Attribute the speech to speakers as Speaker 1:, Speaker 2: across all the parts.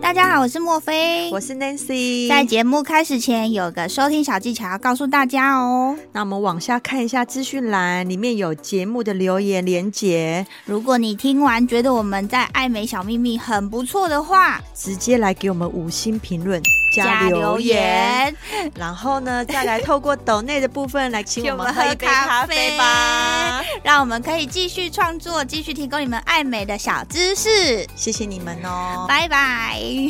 Speaker 1: 大家好，我是莫菲。
Speaker 2: 我是 Nancy。
Speaker 1: 在节目开始前，有个收听小技巧要告诉大家哦。
Speaker 2: 那我们往下看一下资讯栏，里面有节目的留言连结，
Speaker 1: 如果你听完觉得我们在爱美小秘密很不错的话，
Speaker 2: 直接来给我们五星评论留言，然后呢，再来透过抖内的部分来请我们喝一杯咖啡吧。
Speaker 1: 让我们可以继续创作，继续提供你们爱美的小知识。
Speaker 2: 谢谢你们哦。
Speaker 1: 拜 拜。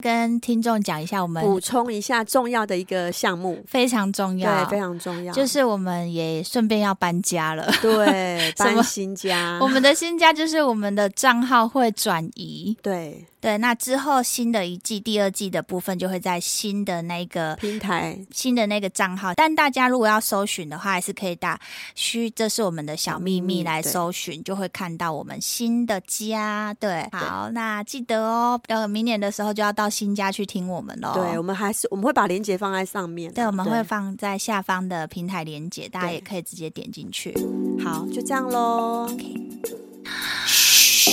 Speaker 3: 跟听众讲一下，我们
Speaker 2: 补充一下重要的一个项目，
Speaker 3: 非常重要，
Speaker 2: 对，非常重要，
Speaker 3: 就是我们也顺便要搬家了。
Speaker 2: 对
Speaker 3: 什么
Speaker 2: 搬新 家
Speaker 3: 我，们的新家就是我们的账号会转移，
Speaker 2: 对
Speaker 3: 对，那之后新的一季、第二季的部分就会在新的那个
Speaker 2: 平台
Speaker 3: 新的那个账号，但大家如果要搜寻的话，还是可以打“虚”，这是我们的小秘密
Speaker 2: 嗯
Speaker 3: 来
Speaker 2: 对
Speaker 3: 搜寻，就会看到我们新的家。对，好，那记得哦，呃，明年的时候就要到新家去听我们喽。
Speaker 2: 对，我们还是我们会把链接放在上面啊。
Speaker 3: 哦对，我们会放在下方的平台连接，大家也可以直接点进去。
Speaker 2: 好，就这样喽。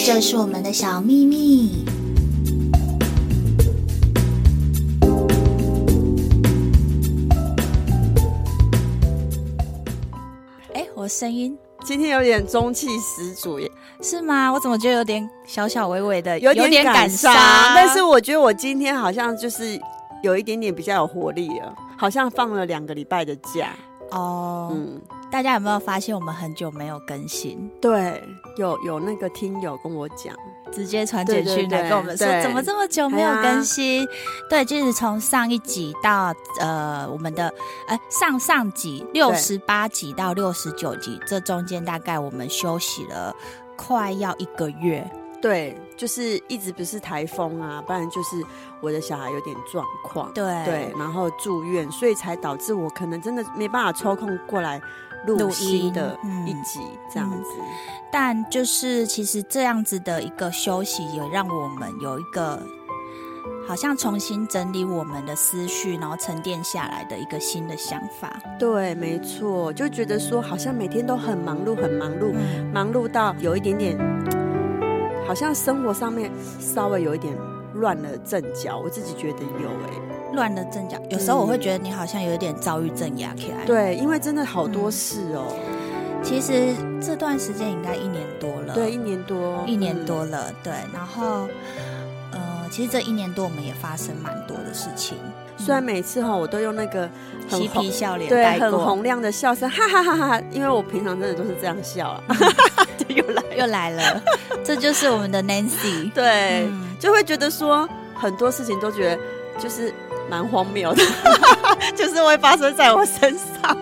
Speaker 3: 这是我们的小秘密。哎，我声音
Speaker 2: 今天有点中气十足，也
Speaker 3: 是吗？我怎么觉得有点小小微微的，
Speaker 2: 有
Speaker 3: 有
Speaker 2: 点
Speaker 3: 感
Speaker 2: 伤，但是我觉得我今天好像就是有一点点比较有活力了，好像放了两个礼拜的假。
Speaker 3: 哦，
Speaker 2: 嗯，
Speaker 3: 大家有没有发现我们很久没有更新？
Speaker 2: 对，有有那个听友跟我讲，
Speaker 3: 直接传简
Speaker 2: 对对
Speaker 3: 讯
Speaker 2: 对
Speaker 3: 来跟我们说
Speaker 2: 对，哎
Speaker 3: 怎么这么久没有更新？对，就是从上一集到呃我们的呃上上集六十八集到六十九集，这中间大概我们休息了快要一个月。
Speaker 2: 对，就是一直不是台风啊，不然就是我的小孩有点状况，
Speaker 3: 对
Speaker 2: 对，然后住院，所以才导致我可能真的没办法抽空过来录嗯
Speaker 3: 录
Speaker 2: 新
Speaker 3: 音
Speaker 2: 的
Speaker 3: 嗯
Speaker 2: 一集这样子。
Speaker 3: 但就是其实这样子的一个休息，也让我们有一个。好像重新整理我们的思绪，然后沉淀下来的一个新的想法。
Speaker 2: 对，没错，就觉得说好像每天都很忙碌，很忙碌，
Speaker 3: 嗯，
Speaker 2: 忙碌到有一点点，好像生活上面稍微有一点乱了阵脚，我自己觉得有哎、
Speaker 3: 乱了阵脚，有时候我会觉得你好像有点躁郁症压起来。
Speaker 2: 对，因为真的好多事哦、
Speaker 3: 其实这段时间应该一年多了，
Speaker 2: 对，一，嗯年多，
Speaker 3: 嗯一年多了，对。然后，呃，其实这一年多我们也发生蛮多的事情，嗯
Speaker 2: 嗯。虽然每次哈，我都用那个很
Speaker 3: 嬉
Speaker 2: 红
Speaker 3: 皮笑脸
Speaker 2: 对
Speaker 3: 带
Speaker 2: 很
Speaker 3: 过，
Speaker 2: 洪亮的笑声， 哈哈哈哈！因为我平常真的都是这样笑 啊， 就又来了
Speaker 3: 又来了， 这就是我们的 Nancy。
Speaker 2: 对，
Speaker 3: 嗯，
Speaker 2: 就会觉得说很多事情都觉得就是蛮荒谬的， 就是会发生在我身上。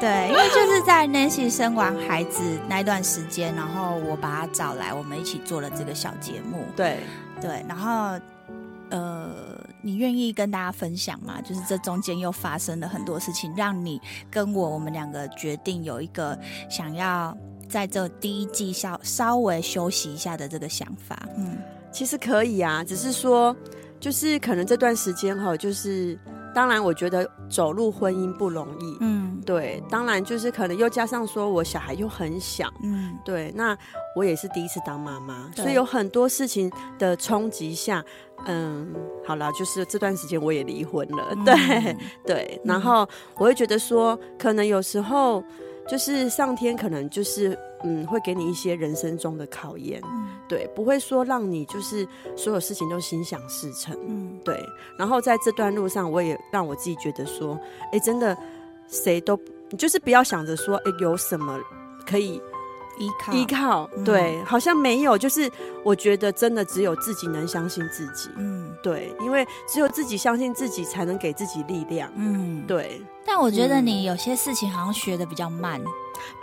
Speaker 3: 对，因为就是在 Nancy 生完孩子那段时间，然后我把她找来，我们一起做了这个小节目，
Speaker 2: 对，
Speaker 3: 对，然后，呃，你愿意跟大家分享吗？就是这中间又发生了很多事情，让你跟我我们两个决定有一个想要在这第一季稍稍微休息一下的这个想法。嗯，
Speaker 2: 其实可以啊，只是说，就是可能这段时间哈，就是当然，我觉得走入婚姻不容易。
Speaker 3: 嗯
Speaker 2: 对，当然就是可能又加上说我小孩又很小，
Speaker 3: 嗯，
Speaker 2: 对，那我也是第一次当妈妈，
Speaker 3: 对
Speaker 2: 所以有很多事情的冲击下，嗯，好啦，就是这段时间我也离婚了，对
Speaker 3: 嗯
Speaker 2: 对，然后我会觉得说，可能有时候就是上天可能就是嗯，会给你一些人生中的考验，
Speaker 3: 嗯
Speaker 2: 对，不会说让你就是所有事情都心想事成，
Speaker 3: 嗯
Speaker 2: 对。然后在这段路上，我也让我自己觉得说，哎，真的谁都你就是不要想着说，哎，有什么可以
Speaker 3: 依靠
Speaker 2: 依，靠，
Speaker 3: 嗯
Speaker 2: 对，好像没有。就是我觉得真的只有自己能相信自己，
Speaker 3: 嗯
Speaker 2: 对，因为只有自己相信自己，才能给自己力量。
Speaker 3: 嗯。
Speaker 2: 对，
Speaker 3: 但我觉得
Speaker 2: 嗯
Speaker 3: 你有些事情好像学的比较慢，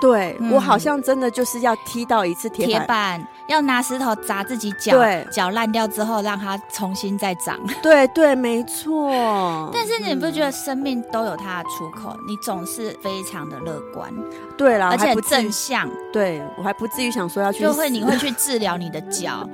Speaker 2: 对、
Speaker 3: 嗯
Speaker 2: 我好像真的就是要踢到一次铁
Speaker 3: 铁
Speaker 2: 板，
Speaker 3: 板要拿石头砸自己脚，
Speaker 2: 对
Speaker 3: 脚烂掉之后让它重新再长。
Speaker 2: 对对，没错。
Speaker 3: 但是你不觉得生命都有它的出口？你总是非常的乐观，
Speaker 2: 对啦，
Speaker 3: 而且
Speaker 2: 还不至于
Speaker 3: 正向，
Speaker 2: 对我还不至于想说要去死，
Speaker 3: 就会你会去治疗你的脚，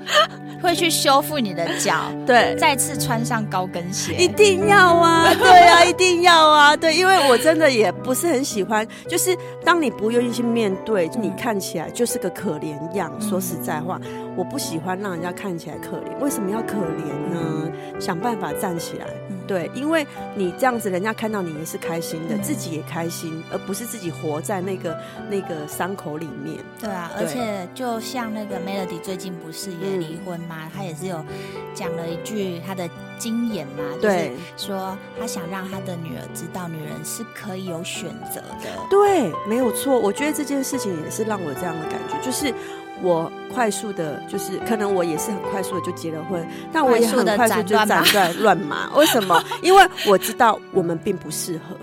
Speaker 3: 会去修复你的脚，
Speaker 2: 对，
Speaker 3: 再次穿上高跟
Speaker 2: 一
Speaker 3: 鞋。
Speaker 2: 定要啊，对啊，一定要啊，对，因为我真的也不是很喜欢，就是当你不愿意去面对，你看起来就是个可怜样。说实在话，我不喜欢让人家看起来可怜，为什么要可怜呢？想办法站起来。
Speaker 3: 嗯
Speaker 2: 对，因为你这样子，人家看到你也是开心的，
Speaker 3: 嗯
Speaker 2: 自己也开心，而不是自己活在那个那个伤口里面。
Speaker 3: 对啊，
Speaker 2: 对
Speaker 3: 而且就像那个 Melody 最近不是也
Speaker 2: 嗯
Speaker 3: 离婚吗？她也是有讲了一句她的金言嘛，就是
Speaker 2: 嗯对
Speaker 3: 说她想让她的女儿知道，女人是可以有选择的。
Speaker 2: 对，没有错。我觉得这件事情也是让我有这样的感觉，就是我快速的，就是可能我也是很快速的就结了婚，但我也很快速就斩 断乱麻。为什么？因为我知道我们并不适合。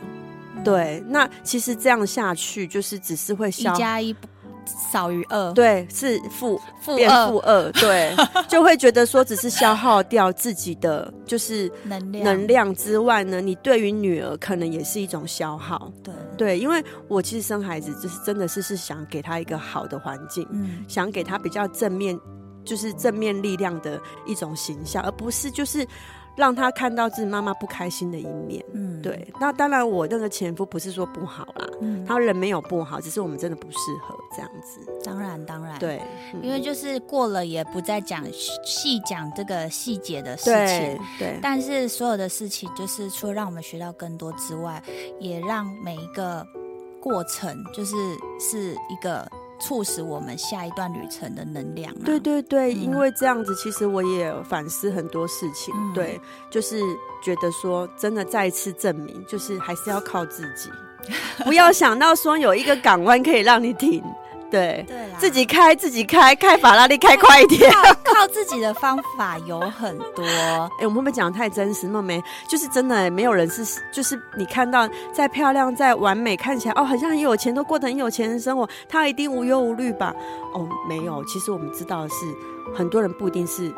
Speaker 2: 对，那其实这样下去，就是只是会
Speaker 3: 一
Speaker 2: 消。
Speaker 3: 加一不少于二，
Speaker 2: 对，是负
Speaker 3: 负
Speaker 2: 变负
Speaker 3: 二
Speaker 2: 二， 对，就会觉得说只是消耗掉自己的就是
Speaker 3: 能量，
Speaker 2: 能量之外呢，你对于女儿可能也是一种消耗。
Speaker 3: 对，
Speaker 2: 对，因为我其实生孩子就是真的是是想给他一个好的环境，
Speaker 3: 嗯，
Speaker 2: 想给他比较正面，就是正面力量的一种形象，而不是就是让他看到自己妈妈不开心的一面。
Speaker 3: 嗯，
Speaker 2: 对，那当然我那个前夫不是说不好啦，
Speaker 3: 嗯，
Speaker 2: 他人没有不好，只是我们真的不适合这样子。
Speaker 3: 当然当然，，
Speaker 2: 对，
Speaker 3: 哎
Speaker 2: 嗯
Speaker 3: 因为就是过了也不再讲细讲这个细节的事
Speaker 2: 对
Speaker 3: 情。
Speaker 2: 对
Speaker 3: 但是所有的事情，就是除了让我们学到更多之外，也让每一个过程，就是是一个促使我们下一段旅程的能量、啊。
Speaker 2: 对对对，
Speaker 3: 嗯
Speaker 2: 因为这样子，其实我也有反思很多事情。
Speaker 3: 嗯
Speaker 2: 对，就是觉得说，真的再一次证明，就是还是要靠自己，不 要想到说有一个港湾可以让你停。对，
Speaker 3: 对啊啦，
Speaker 2: 自己开自己开，开法拉利开快一点。
Speaker 3: 靠靠自己的方法有很多，
Speaker 2: 哎、我们会不会讲得太真实？梦梅就是真的、没有人是，就是你看到再漂亮、再完美，看起来哦，好像很有钱，都过得很有钱的生活，她一定无忧无虑吧？哦，没有，其实我们知道的是，很多人不一定是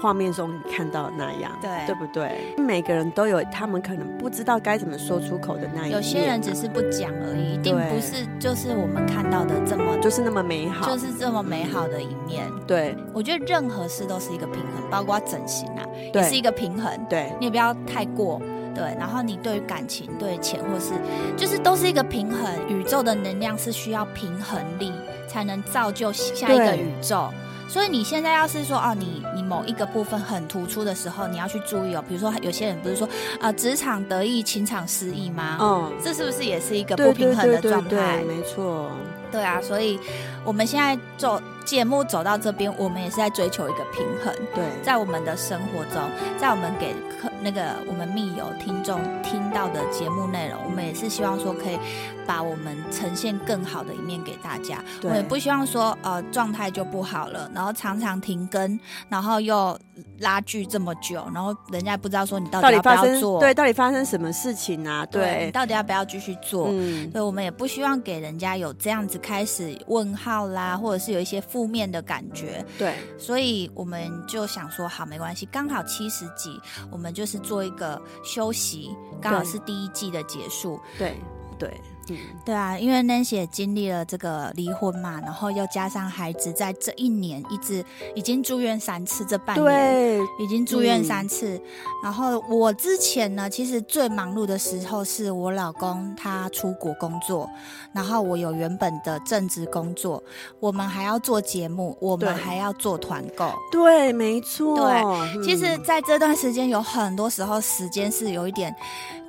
Speaker 2: 画面中你看到的那样，
Speaker 3: 对
Speaker 2: 对不对？每个人都有他们可能不知道该怎么说出口的那一面，
Speaker 3: 有些人只是不讲而已，一定
Speaker 2: 对
Speaker 3: 不是就是我们看到的这么
Speaker 2: 就是那么美好，
Speaker 3: 就是这么美好的一面。
Speaker 2: 对
Speaker 3: 我觉得任何事都是一个平衡，包括整形啊，也是一
Speaker 2: 对
Speaker 3: 个平衡。
Speaker 2: 对
Speaker 3: 你也不要太过，对。然后你对于感情、对钱，或是就是都是一个平衡。宇宙的能量是需要平衡力才能造就下一个
Speaker 2: 对
Speaker 3: 宇宙。所以你现在要是说哦，你你某一个部分很突出的时候，你要去注意哦。比如说有些人不是说啊，职、场得意，情场失意吗？
Speaker 2: 嗯，
Speaker 3: 这是不是也是一个
Speaker 2: 对
Speaker 3: 不
Speaker 2: 对
Speaker 3: 平衡
Speaker 2: 对
Speaker 3: 的
Speaker 2: 对
Speaker 3: 状态？
Speaker 2: 对，没错，
Speaker 3: 对啊，所以我们现在走节目走到这边，我们也是在追求一个平衡，
Speaker 2: 对，
Speaker 3: 在我们的生活中，在我们给客那个我们密友听众听到的节目内容，我们也是希望说可以把我们呈现更好的一面给大家。我
Speaker 2: 对
Speaker 3: 们也不希望说呃状态就不好了，然后常常停更，然后又拉锯这么久，然后人家不知道说你到
Speaker 2: 到
Speaker 3: 底
Speaker 2: 底
Speaker 3: 要不
Speaker 2: 发
Speaker 3: 要
Speaker 2: 生
Speaker 3: 做，
Speaker 2: 对，到底发生什么事情啊？
Speaker 3: 你
Speaker 2: 对，
Speaker 3: 到底要不要继续做？
Speaker 2: 嗯，
Speaker 3: 对，我们也不希望给人家有这样子开始问号啦，或者是有一些负面的感觉，
Speaker 2: 对。
Speaker 3: 所以我们就想说，好，没关系，刚好七十集，我们就是做一个休息，刚好
Speaker 2: 对
Speaker 3: 是第一季的结束。
Speaker 2: 对对，嗯，
Speaker 3: 对啊，因为 Nancy 也经历了这个离婚嘛，然后又加上孩子在这一年一直已经住院三次，这半年
Speaker 2: 对
Speaker 3: 已经住院
Speaker 2: 嗯
Speaker 3: 三次。然后我之前呢，其实最忙碌的时候是我老公他出国工作，然后我有原本的正职工作，我们还要做节目，我们
Speaker 2: 对
Speaker 3: 还要做团购。
Speaker 2: 对，没错。
Speaker 3: 对其实
Speaker 2: 嗯
Speaker 3: 在这段时间，有很多时候时间是有一点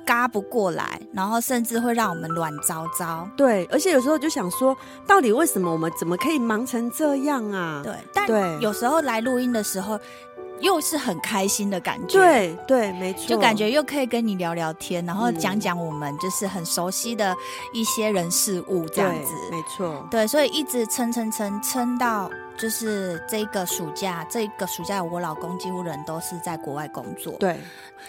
Speaker 3: 嘎不过来，然后甚至会让我们乱糟糟。
Speaker 2: 对，而且有时候就想说，到底为什么我们怎么可以忙成这样啊？
Speaker 3: 对，但
Speaker 2: 对
Speaker 3: 有时候来录音的时候，又是很开心的感觉。
Speaker 2: 对对，没错，
Speaker 3: 就感觉又可以跟你聊聊天，然后
Speaker 2: 嗯
Speaker 3: 讲讲我们就是很熟悉的一些人事物这样
Speaker 2: 对
Speaker 3: 子。
Speaker 2: 没错。
Speaker 3: 对，所以一直撑撑撑撑到就是这个暑假，这个暑假我老公几乎人都是在国外工作，
Speaker 2: 对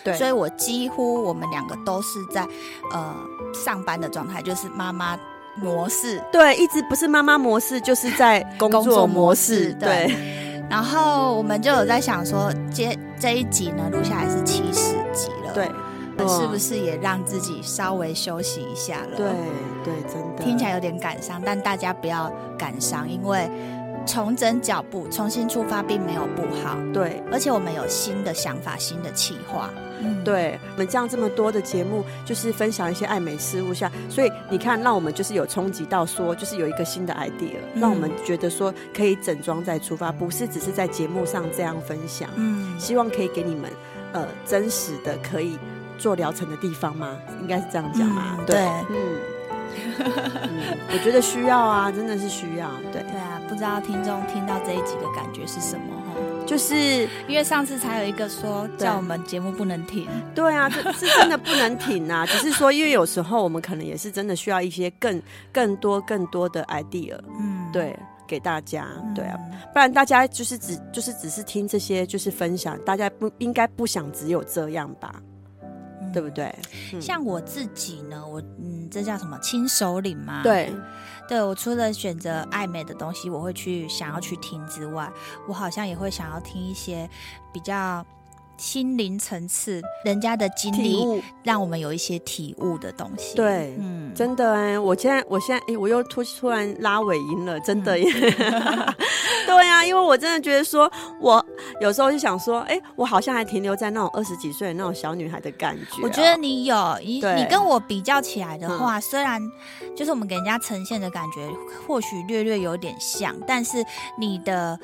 Speaker 2: 对，
Speaker 3: 所以我几乎我们两个都是在呃上班的状态，就是妈妈模式。
Speaker 2: 对，一直不是妈妈模式，就是在 工
Speaker 3: 工
Speaker 2: 作
Speaker 3: 作
Speaker 2: 模
Speaker 3: 模
Speaker 2: 式
Speaker 3: 式。对
Speaker 2: 对，
Speaker 3: 然后我们就有在想说，接这一集呢录下来是七十集了，
Speaker 2: 对，嗯
Speaker 3: 们是不是也让自己稍微休息一下了？
Speaker 2: 对对，真的
Speaker 3: 听起来有点感伤，但大家不要感伤，因为重整脚步、重新出发并没有不好。
Speaker 2: 对
Speaker 3: 而且我们有新的想法、新的企划。嗯，
Speaker 2: 对，我们这样这么多的节目，就是分享一些爱美事物下，所以你看，让我们就是有冲击到说，就是有一个新的 idea，、
Speaker 3: 嗯
Speaker 2: 让我们觉得说可以整装再出发，不是只是在节目上这样分享。
Speaker 3: 嗯，
Speaker 2: 希望可以给你们呃真实的可以做疗程的地方吗？应该是这样讲嘛、
Speaker 3: 嗯
Speaker 2: 对，
Speaker 3: 对
Speaker 2: 嗯。嗯，我觉得需要啊，真的是需要。对，
Speaker 3: 对啊，不知道听众听到这一集的感觉是什么哦？
Speaker 2: 就是
Speaker 3: 因为上次才有一个说
Speaker 2: 对
Speaker 3: 叫我们节目不能停，
Speaker 2: 对啊，这是真的不能停 啊。只是说，因为有时候我们可能也是真的需要一些更更多更多的 idea，
Speaker 3: 嗯，
Speaker 2: 对，给大家。
Speaker 3: 嗯，
Speaker 2: 对啊，不然大家就是只就是只是听这些就是分享，大家不应该不想只有这样吧，
Speaker 3: 嗯
Speaker 2: 对不？对？嗯
Speaker 3: 像我自己呢，我嗯，这叫什么亲手领吗？
Speaker 2: 对，
Speaker 3: 对我除了选择爱美的东西，我会去想要去听之外，我好像也会想要听一些比较心灵层次人家的经
Speaker 2: 体
Speaker 3: 历，
Speaker 2: 悟
Speaker 3: 让我们有一些体悟的东西。，
Speaker 2: 对。
Speaker 3: 嗯，
Speaker 2: 真的哎、我现在我现在哎、我又突突然拉尾音了，真的耶。嗯 对呀、因为我真的觉得说，我有时候就想说，哎、我好像还停留在那种二十几岁的那种小女孩的感觉哦、
Speaker 3: 我觉得你有你
Speaker 2: 对嗯
Speaker 3: 你跟我比较起来的话，虽然就是我们给人家呈现的感觉或许略略有点像，但是你的。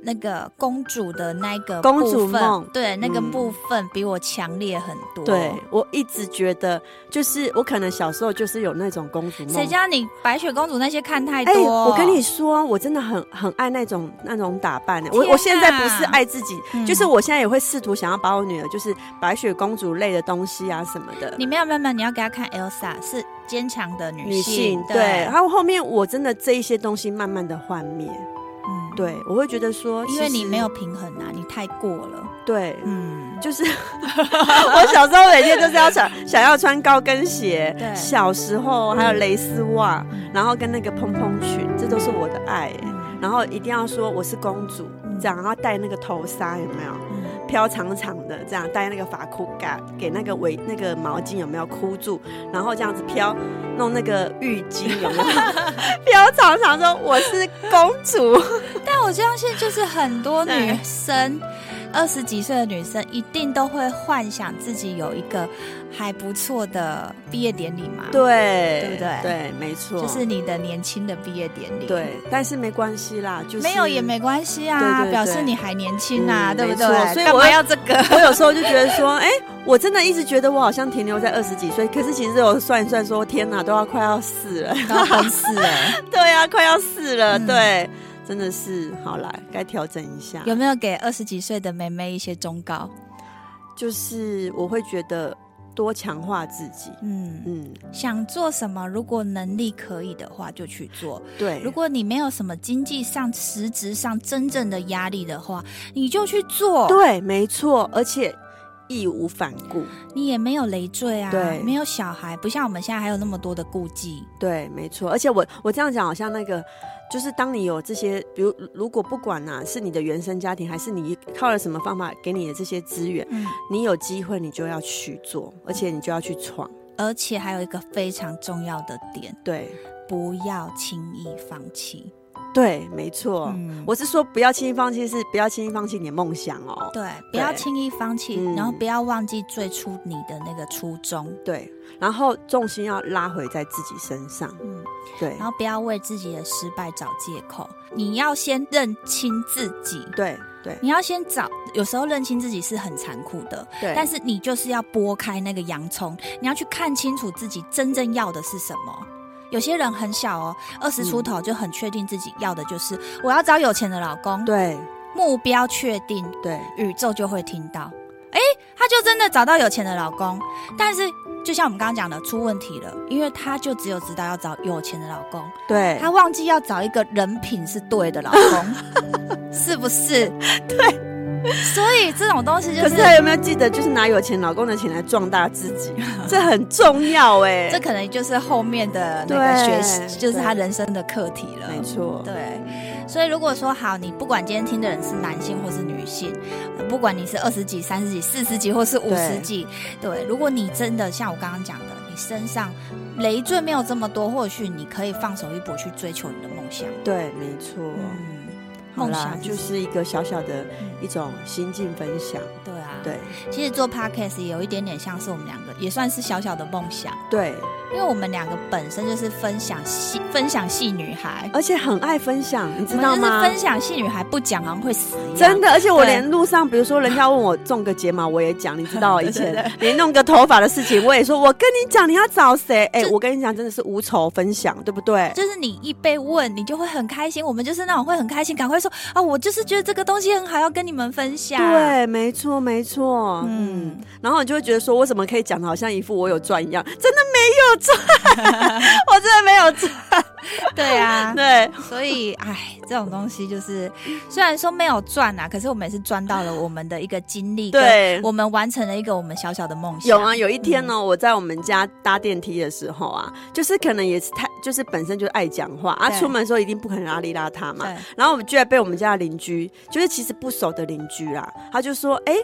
Speaker 3: 那个公主的那个
Speaker 2: 公主
Speaker 3: 部分
Speaker 2: 梦
Speaker 3: 对那个
Speaker 2: 嗯
Speaker 3: 部分比我强烈很多。
Speaker 2: 对我一直觉得，就是我可能小时候就是有那种公主梦。
Speaker 3: 谁叫你白雪公主那些看太多？
Speaker 2: 哎、我跟你说，我真的很很爱那种那种打扮欸的、我
Speaker 3: 天
Speaker 2: 我现在
Speaker 3: 哪
Speaker 2: 不是爱自己、
Speaker 3: 嗯
Speaker 2: 就是我现在也会试图想要把我女儿就是白雪公主类的东西啊什么的。
Speaker 3: 你没有没有没有，你要给她看 Elsa 是坚强的女性，
Speaker 2: 女性对，
Speaker 3: 对
Speaker 2: 然，后后面我真的这一些东西慢慢的幻灭，
Speaker 3: 嗯，
Speaker 2: 对我会觉得说，
Speaker 3: 因为
Speaker 2: 其
Speaker 3: 你
Speaker 2: 实
Speaker 3: 没有平衡啊，你太过了，
Speaker 2: 对，
Speaker 3: 嗯，
Speaker 2: 就是我小时候每天就是要穿想要穿高跟鞋，
Speaker 3: 对
Speaker 2: 小时候还有蕾丝袜
Speaker 3: 嗯，
Speaker 2: 然后跟那个蓬蓬裙，这都是我的爱，然后一定要说我是公主
Speaker 3: 嗯
Speaker 2: 这样，然后戴那个头纱有没有？
Speaker 3: 嗯
Speaker 2: 飘长长的这样，戴那个发箍盖，给那个围那个毛巾有没有箍住，然后这样子飘，弄那个浴巾有没 有？飘长长说我是公主，
Speaker 3: 但我相信就是很多
Speaker 2: 对
Speaker 3: 女生。二十几岁的女生一定都会幻想自己有一个还不错的毕业典礼嘛？，
Speaker 2: 对
Speaker 3: 对不对
Speaker 2: 对，没错，
Speaker 3: 就是你的年轻的毕业典礼。
Speaker 2: 对，但是没关系啦，就是
Speaker 3: 没有也。没关系啊，
Speaker 2: 对对对
Speaker 3: 表示你还年轻啊，
Speaker 2: 嗯
Speaker 3: 对不
Speaker 2: 没错
Speaker 3: 对？
Speaker 2: 所以
Speaker 3: 干
Speaker 2: 我
Speaker 3: 嘛要这 个？
Speaker 2: 我有时候就觉得说，哎、我真的一直觉得我好像停留在二十几岁，可是其实我算一算说，天哪，都要快要死了。
Speaker 3: 都要奔四了。
Speaker 2: 对呀、快要死了，
Speaker 3: 嗯
Speaker 2: 对，真的是，好啦，该调整一下。
Speaker 3: 有没有给二十几岁的妹妹一些忠告？
Speaker 2: 就是我会觉得多强化自己。
Speaker 3: 嗯，
Speaker 2: 嗯，
Speaker 3: 想做什么，如果能力可以的话，就去做；
Speaker 2: 对。
Speaker 3: 如果你没有什么经济上、实质上真正的压力的话，你就去做，
Speaker 2: 对，没错，而且义无反顾。
Speaker 3: 你也没有累赘啊，
Speaker 2: 对
Speaker 3: 没有小孩，不像我们现在还有那么多的顾忌。
Speaker 2: 对，没错，而且我我这样讲好像那个，就是当你有这些，比如如果不管呐、是你的原生家庭，还是你靠了什么方法给你的这些资源，
Speaker 3: 嗯，
Speaker 2: 你有机会你就要去做，而且你就要去闯。
Speaker 3: 而且还有一个非常重要的点，
Speaker 2: 对，
Speaker 3: 不要轻易放弃。
Speaker 2: 对，没错。
Speaker 3: 嗯
Speaker 2: 我是说不要轻易放弃，是不要轻易放弃你的梦想哦。
Speaker 3: 对，不要
Speaker 2: 对
Speaker 3: 轻易放弃，
Speaker 2: 嗯
Speaker 3: 然后不要忘记最初你的那个初衷。
Speaker 2: 对，然后重心要拉回在自己身上。
Speaker 3: 嗯。
Speaker 2: 对，
Speaker 3: 然后不要为自己的失败找借口，你要先认清自己。
Speaker 2: 对，对，
Speaker 3: 你要先找，有时候认清自己是很残酷的，
Speaker 2: 对。
Speaker 3: 但是你就是要剥开那个洋葱，你要去看清楚自己真正要的是什么。有些人很小哦，二十
Speaker 2: 嗯
Speaker 3: 出头就很确定自己要的就是、我要找有钱的老公，
Speaker 2: 对
Speaker 3: 目标确定，
Speaker 2: 对
Speaker 3: 宇宙就会听到。哎，她就真的找到有钱的老公，但是就像我们刚刚讲的，出问题了，因为她就只有知道要找有钱的老公，
Speaker 2: 对，
Speaker 3: 他 忘记要找一个人品是对的老公，是不是？对，所以这种东西就
Speaker 2: 可
Speaker 3: 是
Speaker 2: 是，他有没有记得，就是拿有钱老公的钱来壮大自 己，这很重要哎、
Speaker 3: 这可能就是后面的那个学
Speaker 2: 对
Speaker 3: 习，就是他人生的课题了。
Speaker 2: 没错，
Speaker 3: 对，所以如果说好，你不管今天听的人是男性或是女性，呃不管你是二十几、三十几、四十几或是五十几，对，如果你真的像我刚刚讲的，你身上累赘没有这么多，或许你可以放手一搏去追求你的梦想。
Speaker 2: 对，没错。
Speaker 3: 嗯，
Speaker 2: 好
Speaker 3: 梦
Speaker 2: 啦，
Speaker 3: 想
Speaker 2: 就是是一个小小的
Speaker 3: 嗯
Speaker 2: 一种心境分享，
Speaker 3: 对啊，
Speaker 2: 对
Speaker 3: 其实做 podcast 也有一点点像是我们两个，也算是小小的梦想，
Speaker 2: 对，
Speaker 3: 因为我们两个本身就是分享系分享系女孩，
Speaker 2: 而且很爱分享，你知道
Speaker 3: 我们
Speaker 2: 吗
Speaker 3: 就是？分享系女孩不讲好像会死一样，
Speaker 2: 真的，而且我
Speaker 3: 对
Speaker 2: 连路上，比如说人家问我种个睫毛，我也讲，你知道以
Speaker 3: 对对
Speaker 2: 前
Speaker 3: 对
Speaker 2: 连弄个头发的事情，我也说，我跟你讲，你要找谁？哎，
Speaker 3: 就
Speaker 2: 我跟你讲，真的是无仇分享，对不对？
Speaker 3: 就是你一被问，你就会很开心。我们就是那种会很开心，赶快说啊！我就是觉得这个东西很好，要跟你们分享。，
Speaker 2: 对，没错，没错，嗯
Speaker 3: 嗯，
Speaker 2: 然后你就会觉得说，我怎么可以讲的好像一副我有赚一样？真的没有赚，我真的没有赚。
Speaker 3: 对啊，
Speaker 2: 对，
Speaker 3: 所以哎，这种东西就是虽然说没有赚啊，可是我们也是赚到了我们的一个经历，
Speaker 2: 对
Speaker 3: 跟我们完成了一个我们小小的梦想。
Speaker 2: 有啊，，有一天
Speaker 3: 嗯
Speaker 2: 呢、我在我们家搭电梯的时候啊，就是可能也是太，就是本身就爱讲话啊，
Speaker 3: 对
Speaker 2: 出门的时候一定不可能邋里邋遢嘛。
Speaker 3: 对，
Speaker 2: 然后我们居然被我们家的邻居，就是其实不熟的邻居啦，他就说：“哎、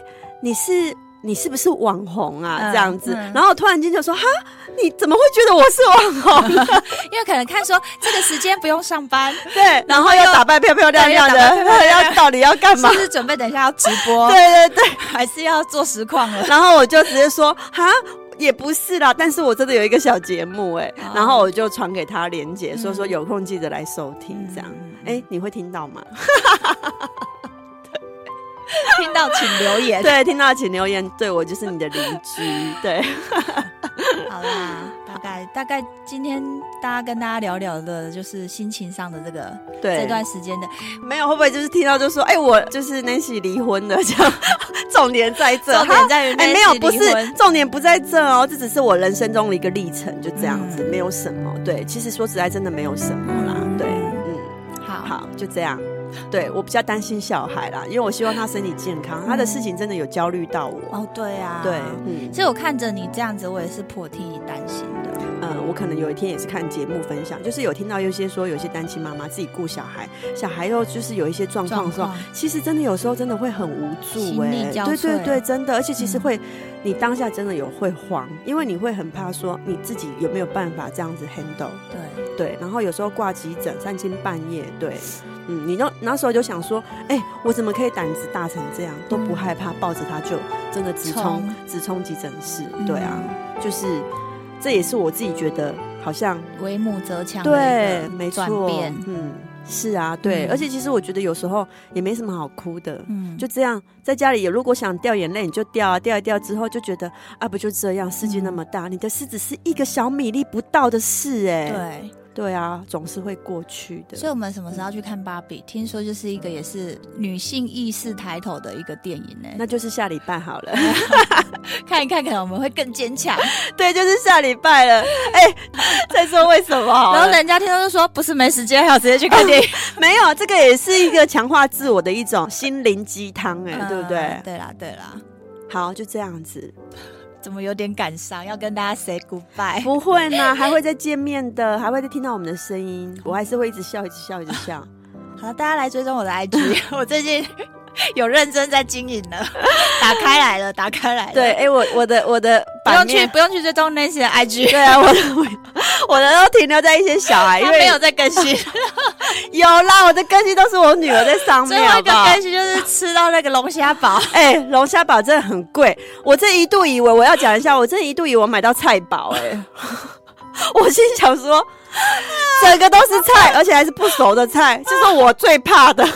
Speaker 2: 你是你是不是网红啊？”
Speaker 3: 嗯
Speaker 2: 这样子，
Speaker 3: 嗯
Speaker 2: 然后我突然间就说：“哈，你怎么会觉得我是网红？”
Speaker 3: 因为可能看说这个时间不用上 班，
Speaker 2: 对，然后又打扮漂漂亮亮的，要到底要干
Speaker 3: 是
Speaker 2: 嘛
Speaker 3: 不？是准备等一下要直播，
Speaker 2: 对对对，
Speaker 3: 还是要做实况了？
Speaker 2: 然后我就直接说哈。也不是啦，但是我真的有一个小节目哎、
Speaker 3: 哦
Speaker 2: 然后我就传给他连接，说
Speaker 3: 嗯
Speaker 2: 说有空记得来收听这样。哎、你会听到吗？
Speaker 3: 听到请留言。
Speaker 2: 对，听到请留言，对我就是你的邻居，对。
Speaker 3: 好啦，大概大概今天大家跟大家聊聊的就是心情上的这个
Speaker 2: 对，
Speaker 3: 这段时间的
Speaker 2: 没有会不会就是听到就说，哎、我就是 Nancy 离婚了这样， 重点在这，
Speaker 3: 重点在于
Speaker 2: 哈哎、没有
Speaker 3: Nancy
Speaker 2: 不
Speaker 3: 离
Speaker 2: 是
Speaker 3: 婚
Speaker 2: 重点不在这哦，这只是我人生中的一个历程，就这样子，
Speaker 3: 嗯
Speaker 2: 没有什么。对，其实说实在真的没有什么啦，对，嗯，
Speaker 3: 好，
Speaker 2: 好，就这样。对我比较担心小孩啦，因为我希望他身体健康，他的事情真的有焦虑到我。
Speaker 3: 哦，对啊，
Speaker 2: 对，嗯
Speaker 3: 其实我看着你这样子，我也是颇替你担心的。
Speaker 2: 呃，我可能有一天也是看节目分享，就是有听到有些说有些单亲妈妈自己顾小孩，小孩又就是有一些状况的时候
Speaker 3: 状况，
Speaker 2: 其实真的有时候真的会很无助
Speaker 3: 心力
Speaker 2: 哎、
Speaker 3: 交
Speaker 2: 对
Speaker 3: 瘁
Speaker 2: 对对，真的，而且其实
Speaker 3: 嗯
Speaker 2: 会，你当下真的有会慌，因为你会很怕说你自己有没有办法这样子 handle，
Speaker 3: 对，
Speaker 2: 对，然后有时候挂急诊三更半夜，对，嗯，你就那时候就想说，哎、我怎么可以胆子大成这样，都不害怕，抱着他就真的直
Speaker 3: 嗯
Speaker 2: 冲
Speaker 3: 冲嗯
Speaker 2: 直冲急诊室，对啊，就是这也是我自己觉得好像
Speaker 3: 嗯为母则强的一
Speaker 2: 对
Speaker 3: 个，
Speaker 2: 没错
Speaker 3: 转变，，
Speaker 2: 嗯，是啊，对，
Speaker 3: 嗯
Speaker 2: 而且其实我觉得有时候也没什么好哭的。
Speaker 3: 嗯，
Speaker 2: 就这样，在家里也如果想掉眼泪，你就掉啊，掉一掉之后就觉得啊，不就这样，世界那么大，你的事只是一个小米粒不到的事、哎，
Speaker 3: 对。
Speaker 2: 对啊，总是会过去的。
Speaker 3: 所以我们什么时候要去看芭比？听说就是一个也是女性意识抬头的一个电影呢、
Speaker 2: 那就是下礼拜好了，
Speaker 3: 看一看，可能我们会更坚强。
Speaker 2: 对，就是下礼拜了。哎、再说为什么好啊了
Speaker 3: 然后人家听到就说不是没时间，还要直接去看电影。
Speaker 2: 没有，这个也是一个强化自我的一种心灵鸡汤、哎、 对不对
Speaker 3: 嗯？对啦，对啦。
Speaker 2: 好，就这样 子，
Speaker 3: 怎么有点感伤，要跟大家 say goodbye。
Speaker 2: 不会呢，还会再见面的，还会再听到我们的声音，我还是会一直笑，一直笑，一直 笑。
Speaker 3: 好了，大家来追踪我的 IG，我最近有认真在经营了，打开来了，打开来了。
Speaker 2: 对，，哎、我我的我的
Speaker 3: 不用
Speaker 2: 版
Speaker 3: 去
Speaker 2: 面，
Speaker 3: 不用去追踪那些 IG，
Speaker 2: 对啊，我的我我的都停留在一些小孩，因
Speaker 3: 他
Speaker 2: 为
Speaker 3: 没有在更新。
Speaker 2: 有啦，我的更新都是我女儿在上
Speaker 3: 最
Speaker 2: 面，
Speaker 3: 后
Speaker 2: 好
Speaker 3: 一
Speaker 2: 不
Speaker 3: 个
Speaker 2: 好？
Speaker 3: 更新就是吃到那个龙虾堡，
Speaker 2: 哎、龙虾堡真的很贵，我这一度以为我要讲一下，我这一度以为我买到菜堡、哎， 我心想说，整个都是菜，而且还是不熟的菜，这是我最怕的。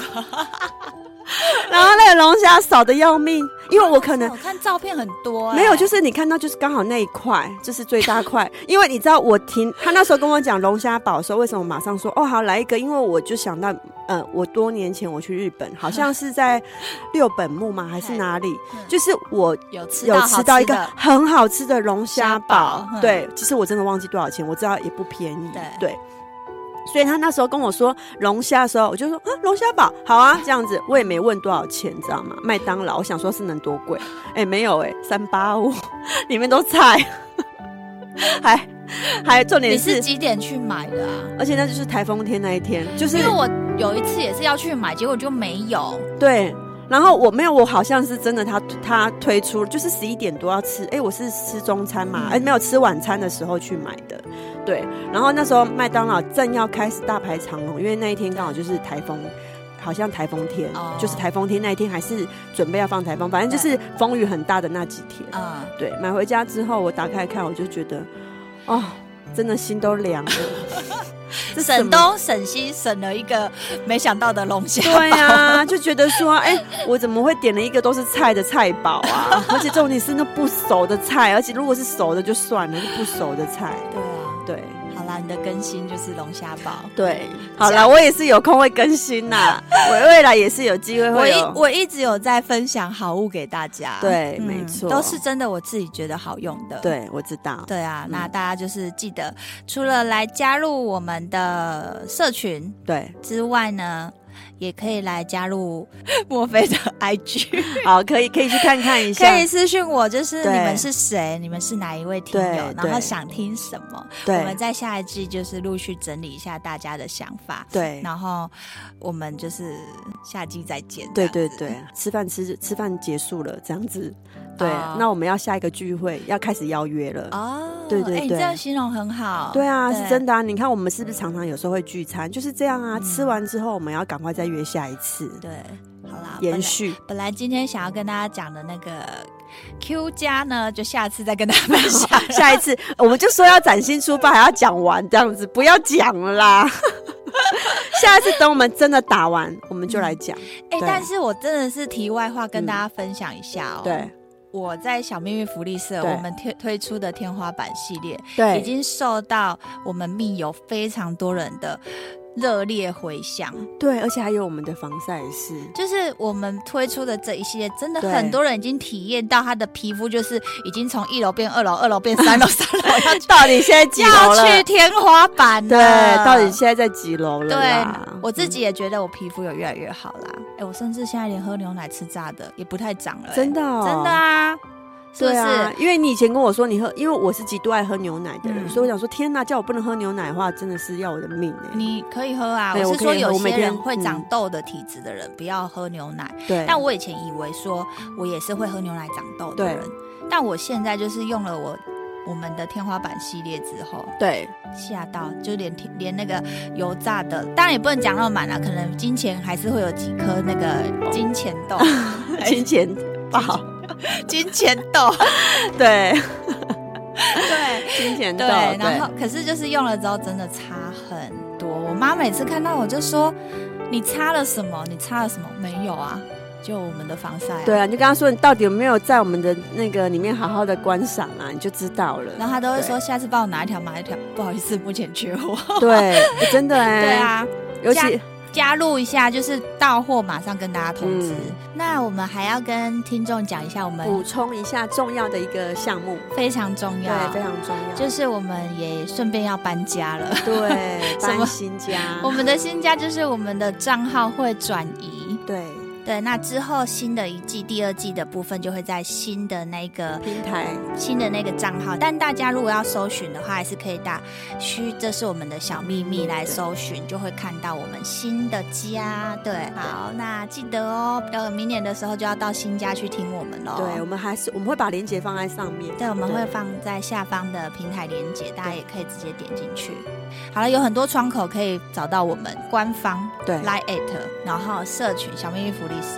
Speaker 2: 然后那个龙虾少的要命，因为 我可能
Speaker 3: 我哦看照片很多、哎
Speaker 2: 没有，就是是你看到就是刚好那一块，就是最大 块。因为你知道我听他那时候跟我讲龙虾堡的时候，为什么马上说哦好来一个？因为我就想到，呃，我多年前我去日本，好像是在六本木嘛还是哪里
Speaker 3: 嗯，
Speaker 2: 就是我。
Speaker 3: 有吃
Speaker 2: 有
Speaker 3: 到好
Speaker 2: 吃到一个
Speaker 3: 的
Speaker 2: 很好吃的龙虾
Speaker 3: 虾
Speaker 2: 堡
Speaker 3: 堡，嗯
Speaker 2: 对，其实我真的忘记多少钱，我知道也不便宜
Speaker 3: 对，
Speaker 2: 对，所以他那时候跟我说龙虾的时候，我就说啊龙虾堡好 啊这样子，我也没问多少钱，你知道吗？麦当劳，我想说是能多贵，哎、没有哎、三八五， 里面都菜， 还还重点
Speaker 3: 你是
Speaker 2: 是，
Speaker 3: 几点去买的啊？
Speaker 2: 而且那就是台风天那一天，就是
Speaker 3: 因为我有一次也是要去买，结果就没有。
Speaker 2: 对。然后我没有，我好像是真的他，他推出就是十一点多要吃，哎，我是吃中餐嘛，哎，没有吃晚餐的时候去买的，对。然后那时候麦当劳正要开始大排长龙，因为那一天刚好就是台风，好像台风天，
Speaker 3: 哦
Speaker 2: 就是台风天那一天还是准备要放台风，反正就是风雨很大的那几天。
Speaker 3: 嗯，
Speaker 2: 对，买回家之后我打开看，我就觉得，哦，真的心都凉了。这什
Speaker 3: 省
Speaker 2: 么
Speaker 3: 东省西省了一个没想到的龙虾。
Speaker 2: 对啊，就觉得说，哎、我怎么会点了一个都是菜的菜堡 啊？而且重点是那不熟的菜，而且如果是熟的就算了，是不熟的菜。
Speaker 3: 对啊，
Speaker 2: 对
Speaker 3: 好啦，你的更新就是龙虾堡。
Speaker 2: 对，好啦，我也是啊有空会更新 啦，我未来也是有机会
Speaker 3: 我
Speaker 2: 会
Speaker 3: 一
Speaker 2: 有。
Speaker 3: 我一直有在分享好物给大家，
Speaker 2: 啊
Speaker 3: 嗯
Speaker 2: 对没错
Speaker 3: 都是真的我自己觉得好用的。
Speaker 2: 对，我知道。
Speaker 3: 对啊，
Speaker 2: 嗯
Speaker 3: 那大家就是记得，除了来加入我们的社群
Speaker 2: 对，
Speaker 3: 之外呢，也可以来加入墨菲的 IG，
Speaker 2: 好，可以可以去看看一下。
Speaker 3: 可以私信我，就是你
Speaker 2: 对
Speaker 3: 们是谁，你们是哪一位听友
Speaker 2: 对，
Speaker 3: 然后
Speaker 2: 对
Speaker 3: 想听什么，我
Speaker 2: 对
Speaker 3: 们在下一季就是陆续整理一下大家的想法，
Speaker 2: 对
Speaker 3: 然后我们就是下季再见。
Speaker 2: 对
Speaker 3: 这
Speaker 2: 对
Speaker 3: 样子
Speaker 2: 对，吃饭吃吃饭结束了，这样子。对
Speaker 3: 哦，
Speaker 2: 那我们要下一个聚会，要开始邀约了。
Speaker 3: 哦，
Speaker 2: 对对
Speaker 3: 哎你
Speaker 2: 对
Speaker 3: 这样形容很好。
Speaker 2: 对啊，是真的啊！你看我们是不是常常有时候会聚餐，就是这样啊。吃完之后，我们要赶快再约下一次，
Speaker 3: 对，好啦，
Speaker 2: 延
Speaker 3: 本来
Speaker 2: 续。。
Speaker 3: 本来今天想要跟大家讲的那个 Q 加呢，就下次再跟大 家分享
Speaker 2: 下一次我们就说要崭新出发，还要讲完这样子，不要讲了啦。下一次等我们真的打完，我们就来讲。
Speaker 3: 哎、
Speaker 2: 对
Speaker 3: 但是我真的是题外话跟
Speaker 2: 嗯
Speaker 3: 大家分享一下哦。
Speaker 2: 对，
Speaker 3: 我在小命运福利社，
Speaker 2: 对
Speaker 3: 我们推推出的天花板系列，已
Speaker 2: 对
Speaker 3: 经受到我们密友非常多人的热烈回响。
Speaker 2: 对，而且还有我们的防晒是，
Speaker 3: 就是我们推出的这一系列，真的
Speaker 2: 对
Speaker 3: 很多人已经体验到他的皮肤就是已经从一楼变二楼，二楼变三楼，三楼要
Speaker 2: 到底现在几楼
Speaker 3: 要去
Speaker 2: 了？
Speaker 3: 天花板了
Speaker 2: 对，到底现在在几楼了
Speaker 3: 对
Speaker 2: 啦？，
Speaker 3: 我自己也觉得我皮肤有越来越好啦。哎、我甚至现在连喝牛奶吃炸的也不太长了、哎
Speaker 2: 真的哦
Speaker 3: 真的啊，是不
Speaker 2: 对
Speaker 3: 是？
Speaker 2: 啊，因为你以前跟我说你喝，因为我是极度爱喝牛奶的人，
Speaker 3: 嗯
Speaker 2: 所以我想说，天哪，叫我不能喝牛奶的话，真的是要我的命哎、
Speaker 3: 你可以喝啊，
Speaker 2: 对
Speaker 3: 我是说
Speaker 2: 哎我可以喝
Speaker 3: 有
Speaker 2: 我每
Speaker 3: 些
Speaker 2: 天
Speaker 3: 人会长
Speaker 2: 嗯
Speaker 3: 痘的体质的人、不要喝牛奶。
Speaker 2: 对，
Speaker 3: 但我以前以为说我也是会喝牛奶长痘的
Speaker 2: 对
Speaker 3: 人，但我现在就是用了我我们的天花板系列之后，
Speaker 2: 对
Speaker 3: 吓到，就连天连那个油炸的，当然也不能讲到满啦，可能金钱还是会有几颗那个金钱痘，
Speaker 2: 金钱不好，
Speaker 3: 哎金 钱痘，
Speaker 2: 对，
Speaker 3: 对。
Speaker 2: 金钱
Speaker 3: 对
Speaker 2: 痘，，
Speaker 3: 然后可是就是用了之后真的差很多。我妈每次看到我就说：“你擦了什么？你擦了什么？没有啊，就我们的防晒、啊。”
Speaker 2: 对。啊，你就跟他说你到底有没有在我们的那个里面好好的观赏啊，你就知道了。
Speaker 3: 然后她都会说：“下次帮我拿一条，拿一条。”不好意思，目前缺货。
Speaker 2: 对，对，真的哎、
Speaker 3: 对，啊，
Speaker 2: 尤
Speaker 3: 加
Speaker 2: 其
Speaker 3: 加入一下，就是到货马上跟大家通知。
Speaker 2: 嗯
Speaker 3: 那我们还要跟听众讲一下，我们
Speaker 2: 补充一下重要的一个项目，
Speaker 3: 非常重
Speaker 2: 对
Speaker 3: 要，，
Speaker 2: 非常嗯重要，
Speaker 3: 啊就是我们也顺便要搬家了。
Speaker 2: 对
Speaker 3: 什么
Speaker 2: 搬新家，
Speaker 3: 我们的新家就是我们的账号会转移，
Speaker 2: 对
Speaker 3: 对，那之后新的一季、第二季的部分就会在新的那个
Speaker 2: 平台，
Speaker 3: 新的那个账号，但大家如果要搜寻的话，还是可以打“虚”，这是我们的小秘密来搜寻，就会看到我们新的家。对，好，那记得哦，呃，明年的时候就要到新家去听我们喽。
Speaker 2: 对，我们还是我们会把链接放在上面，
Speaker 3: 啊对，我们会
Speaker 2: 对
Speaker 3: 放在下方的平台连接，大家也可以直接点进去。好了，有很多窗口可以找到我们官方
Speaker 2: 对
Speaker 3: Line at，然后社群小秘密福利社，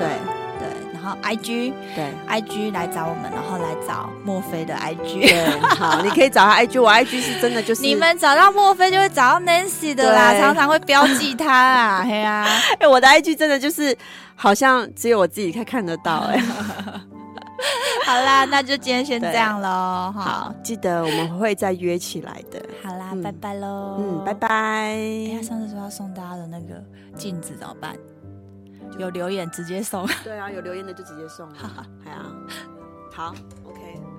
Speaker 2: 对
Speaker 3: 对，然后 IG。
Speaker 2: 对。
Speaker 3: IG 来找我们，然后来找墨菲的 IG。
Speaker 2: 对，好，你可以 找他 IG，我 IG 是真的就是
Speaker 3: 你，们找到墨菲就会找到 Nancy 的啦，
Speaker 2: 对
Speaker 3: 常常会标记他啊，嘿 啊，
Speaker 2: 哎、我的 IG 真的就是好像只有我自己才看得到、 哎，
Speaker 3: 好啦，那就今天先
Speaker 2: 对
Speaker 3: 这样喽，
Speaker 2: 好
Speaker 3: 哈，，
Speaker 2: 记得我们会再约起来的，
Speaker 3: 好啦，
Speaker 2: 嗯
Speaker 3: 拜拜喽，
Speaker 2: 嗯，拜。拜。
Speaker 3: 哎呀，上次说要送大家的那个镜子怎么办？有留言直接送。啊
Speaker 2: 对啊，有留言的就直接送了，哎呀，好，OK。